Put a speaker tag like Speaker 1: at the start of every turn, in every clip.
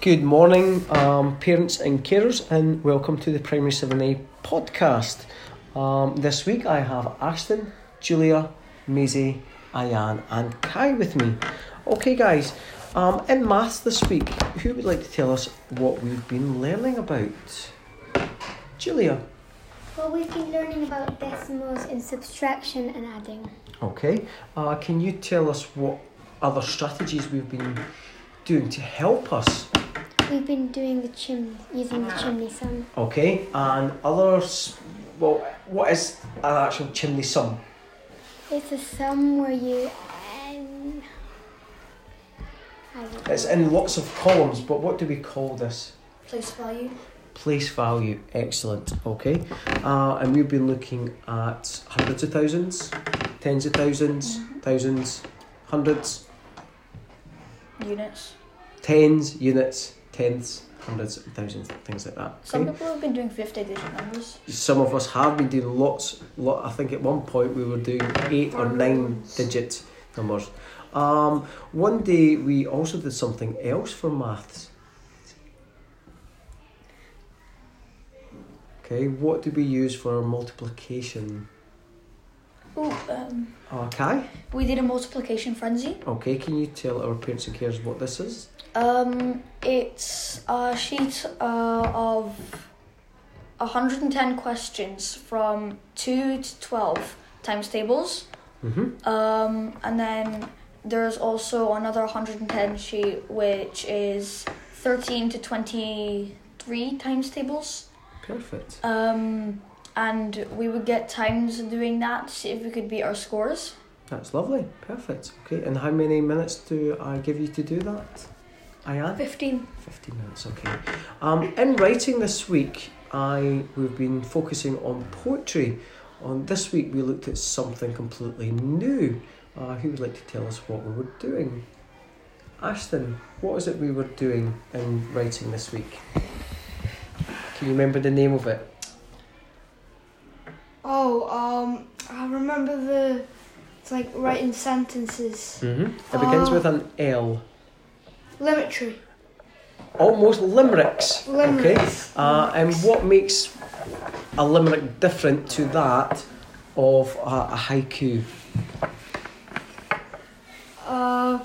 Speaker 1: Good morning, um, parents and carers, and welcome to the Primary 7A podcast. Um, this week I have Ashton, Julia, Maisie, Ayan, and Kai with me. Okay, guys, um, in maths this week, who would like to tell us what we've been learning about? Julia.
Speaker 2: Well, we've been learning about decimals in subtraction and adding.
Speaker 1: Okay, uh, can you tell us what other strategies we've been doing to help us?
Speaker 2: We've been doing the chim using the chimney sum.
Speaker 1: Okay, and others. Well, what is an actual chimney sum?
Speaker 2: It's a sum where you. Um, I don't
Speaker 1: It's
Speaker 2: know.
Speaker 1: in lots of columns, but what do we call this?
Speaker 2: Place value.
Speaker 1: Place value. Excellent. Okay, uh, and we've been looking at hundreds of thousands, tens of 1000s thousands, hundreds,
Speaker 3: units.
Speaker 1: tens, units, tenths, hundreds, and thousands, things like that.
Speaker 3: Some
Speaker 1: okay?
Speaker 3: people have been doing 50 digit numbers.
Speaker 1: Some of us have been doing lots. Lot. I think at one point we were doing eight or nine digit numbers. Um, one day we also did something else for maths. Okay, what do we use for multiplication?
Speaker 3: Ooh, um,
Speaker 1: Okay.
Speaker 3: we did a multiplication frenzy.
Speaker 1: Okay, can you tell our parents and carers what this is?
Speaker 3: Um, it's a sheet uh, of 110 questions from 2 to 12 times tables.
Speaker 1: Mm-hmm.
Speaker 3: Um, and then there's also another 110 sheet which is 13 to 23 times tables.
Speaker 1: Perfect.
Speaker 3: Um, and we would get times doing that to see if we could beat our scores.
Speaker 1: That's lovely. Perfect. Okay, and how many minutes do I give you to do that? I am.
Speaker 3: 15.
Speaker 1: 15 minutes, okay. Um, in writing this week, I we've been focusing on poetry. On this week, we looked at something completely new. Uh, who would like to tell us what we were doing? Ashton, what is it we were doing in writing this week? Can you remember the name of it?
Speaker 4: Oh, um, I remember the. It's like writing sentences.
Speaker 1: Mm-hmm. It begins
Speaker 4: Oh.
Speaker 1: with an L.
Speaker 4: Limitry.
Speaker 1: Almost limericks. Okay.
Speaker 4: Limericks.
Speaker 1: Uh, and what makes a limerick different to that of a, a haiku?
Speaker 4: Uh,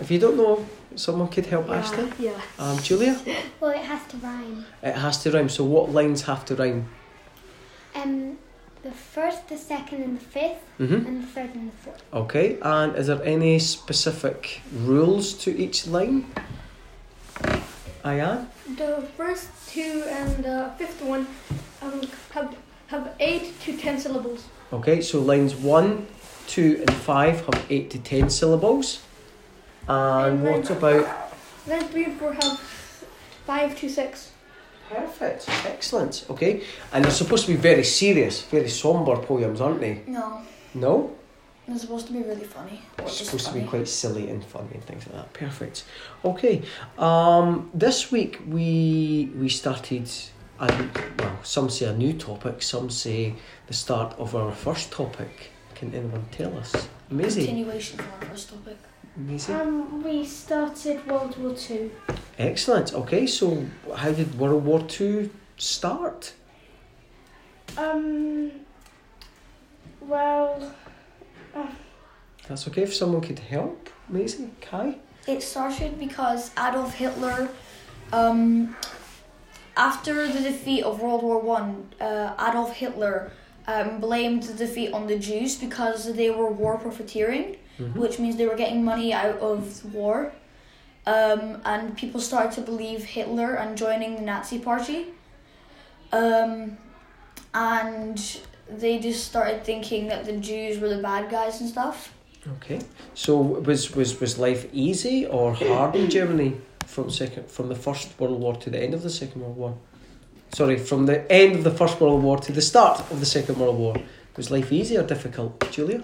Speaker 1: If you don't know, someone could help
Speaker 4: yeah,
Speaker 1: Ashton.
Speaker 4: Yeah.
Speaker 1: Um, Julia,
Speaker 2: Well, it has to rhyme.
Speaker 1: it has to rhyme. So what lines have to rhyme?
Speaker 2: Um, the first, the second, and the fifth,
Speaker 1: hmm
Speaker 2: and the third and the fourth.
Speaker 1: Okay. And is there any specific rules to each line? Ayan.
Speaker 5: The first two and the fifth one um, have have eight to ten syllables.
Speaker 1: Okay. So lines one, two, and five have eight to ten syllables. And what about?
Speaker 5: Then three and four have five to six.
Speaker 1: Perfect. Excellent. Okay. And they're supposed to be very serious, very somber poems, aren't they?
Speaker 3: No,
Speaker 1: No.
Speaker 3: it's supposed to be really funny. Or
Speaker 1: It's
Speaker 3: just
Speaker 1: supposed to
Speaker 3: funny.
Speaker 1: be quite silly and funny and things like that. Perfect. Okay. Um, this week we we started. I well, some say a new topic. Some say the start of our first topic. Can anyone tell us? Amazing.
Speaker 3: Continuation from our first topic.
Speaker 1: Amazing.
Speaker 5: Um, we started World War Two.
Speaker 1: Excellent. Okay. So how did World War Two start?
Speaker 5: Um, well,
Speaker 1: That's okay if someone could help. Amazing. Kai.
Speaker 3: It started because Adolf Hitler, um, after the defeat of World War One, uh, Adolf Hitler um, blamed the defeat on the Jews because they were war profiteering,
Speaker 1: Mhm.
Speaker 3: which means they were getting money out of war. Um, and people started to believe Hitler and joining the Nazi Party. Um, and they just started thinking that the Jews were the bad guys and stuff.
Speaker 1: Okay. So was was was life easy or hard in Germany from second from the First World War to the end of the Second World War? Sorry, from the end of the First World War to the start of the Second World War. Was life easy or difficult, Julia?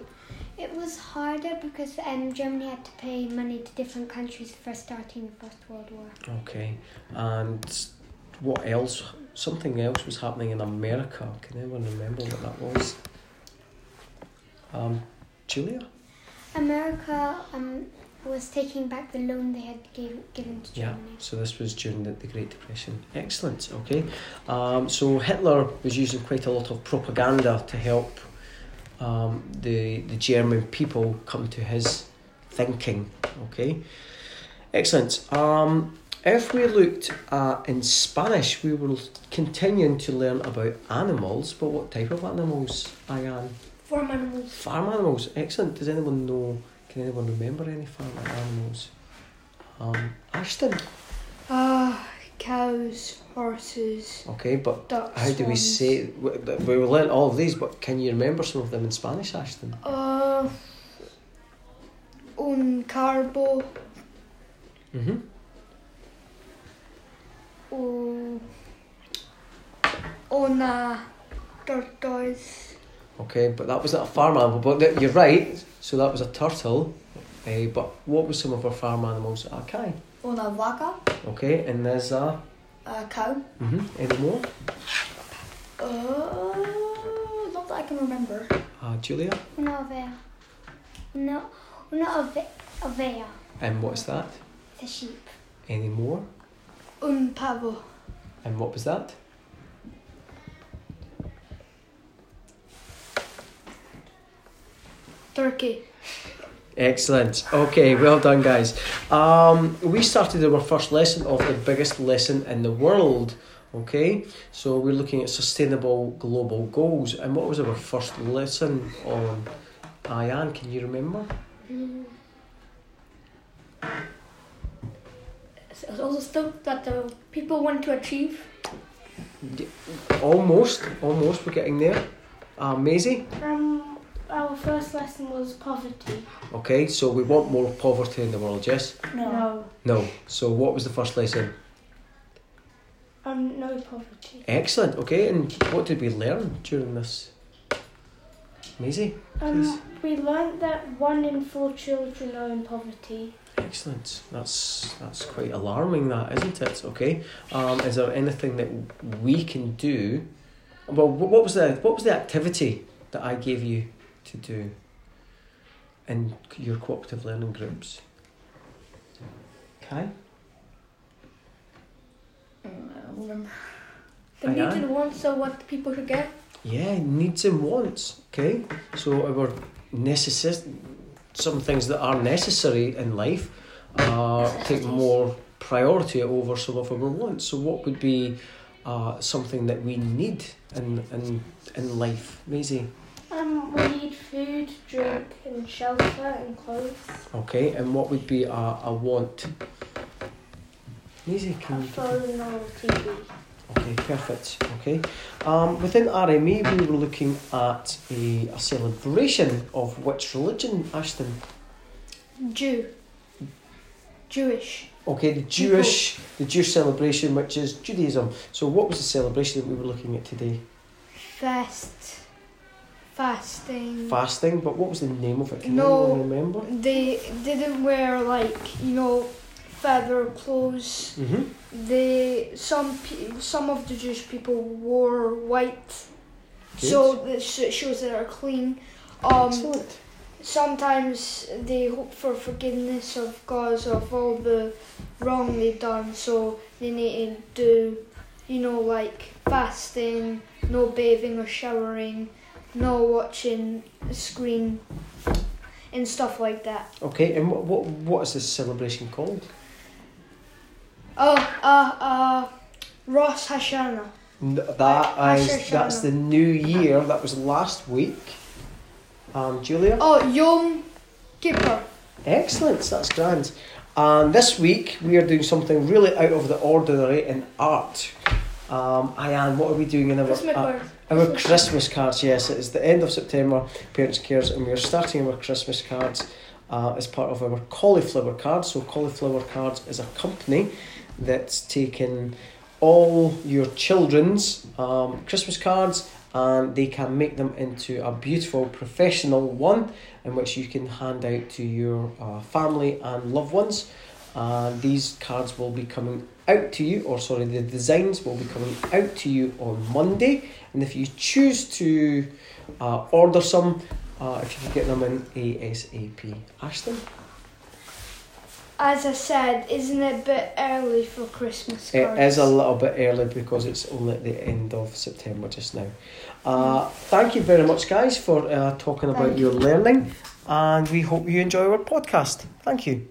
Speaker 2: It was harder because um, Germany had to pay money to different countries for starting the First World War.
Speaker 1: Okay. And what else? Something else was happening in America. Can anyone remember what that was? Um, Julia.
Speaker 2: America um, was taking back the loan they had gave, given to
Speaker 1: Yeah.
Speaker 2: Germany.
Speaker 1: So this was during the, the Great Depression. Excellent. Okay. Um, so Hitler was using quite a lot of propaganda to help um, the the German people come to his thinking. Okay. Excellent. Um, if we looked at in Spanish, we were continuing to learn about animals, but what type of animals, Ayan?
Speaker 5: Farm animals.
Speaker 1: Farm animals, excellent. Does anyone know? Can anyone remember any farm animals? Um, Ashton.
Speaker 4: Ah, cows, horses,
Speaker 1: Okay, but
Speaker 4: ducks.
Speaker 1: how do we
Speaker 4: swans.
Speaker 1: say? w- th- We will learn all of these, but can you remember some of them in Spanish, Ashton?
Speaker 2: Ah,
Speaker 4: Uh, un carbo.
Speaker 1: Mm-hmm.
Speaker 4: o una tortoise.
Speaker 1: Okay, but that was not a farm animal. But th- you're right. So that was a turtle. Eh, but what were some of our farm animals? A cow.
Speaker 3: Una vaca,
Speaker 1: Okay, and there's a.
Speaker 3: a cow.
Speaker 1: Mm-hmm. Any more?
Speaker 3: Uh, not that I can remember.
Speaker 1: Uh, Julia.
Speaker 2: Una ovea. No, una ove- ovea.
Speaker 1: And what's that?
Speaker 2: It's a sheep.
Speaker 1: Any more?
Speaker 4: Un pavo.
Speaker 1: And what was that?
Speaker 4: Turkey.
Speaker 1: Excellent. Okay, well done, guys. Um, we started our first lesson of the biggest lesson in the world. Okay, so we're looking at sustainable global goals. And what was our first lesson on? Ayan, can you remember?
Speaker 5: It was also stuff that the people want to achieve.
Speaker 1: Almost, almost, we're getting there. Uh, Maisie?
Speaker 6: Um, our first lesson was poverty.
Speaker 1: Okay, so we want more poverty in the world, yes?
Speaker 3: No.
Speaker 1: No. So, what was the first lesson?
Speaker 6: Um, no poverty.
Speaker 1: Excellent, okay, and what did we learn during this? Maisie? Please.
Speaker 6: Um, we learnt that one in four children are in poverty.
Speaker 1: Excellent. That's that's quite alarming, that isn't it? Okay. Um, is there anything that we can do? Well, wh- what was the what was the activity that I gave you to do in your cooperative learning groups? Okay.
Speaker 3: Mm, I don't remember.
Speaker 5: The
Speaker 1: Aye,
Speaker 5: needs
Speaker 1: aye.
Speaker 5: and wants of what people should get.
Speaker 1: Yeah, needs and wants. Okay. So our necessi- some things that are necessary in life uh, take
Speaker 3: Necessities.
Speaker 1: more priority over some of our wants. So what would be uh, something that we need in in, in life, Maisie?
Speaker 6: Um, we need food, drink, and shelter and clothes.
Speaker 1: Okay, and what would be a, a want? Maisie,
Speaker 6: A
Speaker 1: can you give me-
Speaker 6: phone or TV.
Speaker 1: Okay, perfect. Okay. Um, within RME, we were looking at a, a celebration of which religion, Ashton?
Speaker 4: Jew. Jewish.
Speaker 1: Okay, the Jewish, the Jewish celebration, which is Judaism. So, what was the celebration that we were looking at today?
Speaker 4: Fast. Fasting.
Speaker 1: Fasting, but what was the name of it? Can
Speaker 4: No.
Speaker 1: anyone remember?
Speaker 4: they didn't wear like you know feather clothes.
Speaker 1: Mm-hmm.
Speaker 4: They some pe- some of the Jewish people wore white, so this shows that are clean. Um,
Speaker 1: Excellent.
Speaker 4: sometimes they hope for forgiveness of God of all the wrong they've done, so they need to do, you know, like fasting, no bathing or showering, no watching a screen, and stuff like that.
Speaker 1: Okay, and what, what what is this celebration called?
Speaker 4: Oh, uh, uh, Rosh Hashanah.
Speaker 1: N- That
Speaker 4: I-
Speaker 1: is-
Speaker 4: Hashem
Speaker 1: that's the new year. That was last week. Um, Julia.
Speaker 4: Oh, Yom Kippur.
Speaker 1: Excellent, that's grand. And this week we are doing something really out of the ordinary in art. Um, Ayan, what are we doing in our
Speaker 5: Christmas
Speaker 1: uh,
Speaker 5: cards.
Speaker 1: Our Christmas cards, yes, it is the end of September, Parents Cares, and we are starting our Christmas cards uh, as part of our cauliflower cards. So, cauliflower cards is a company that's taken all your children's um, Christmas cards and they can make them into a beautiful professional one in which you can hand out to your uh, family and loved ones. And these cards will be coming out to you, or sorry, the designs will be coming out to you on Monday. And if you choose to uh, order some, uh, if you can get them in ASAP. Ashton?
Speaker 4: as I said, isn't it a bit early for Christmas
Speaker 1: It
Speaker 4: cards?
Speaker 1: is a little bit early because it's only at the end of September just now. Uh, thank you very much, guys, for uh, talking about
Speaker 2: Thank
Speaker 1: your learning, and we hope you enjoy our podcast. Thank you.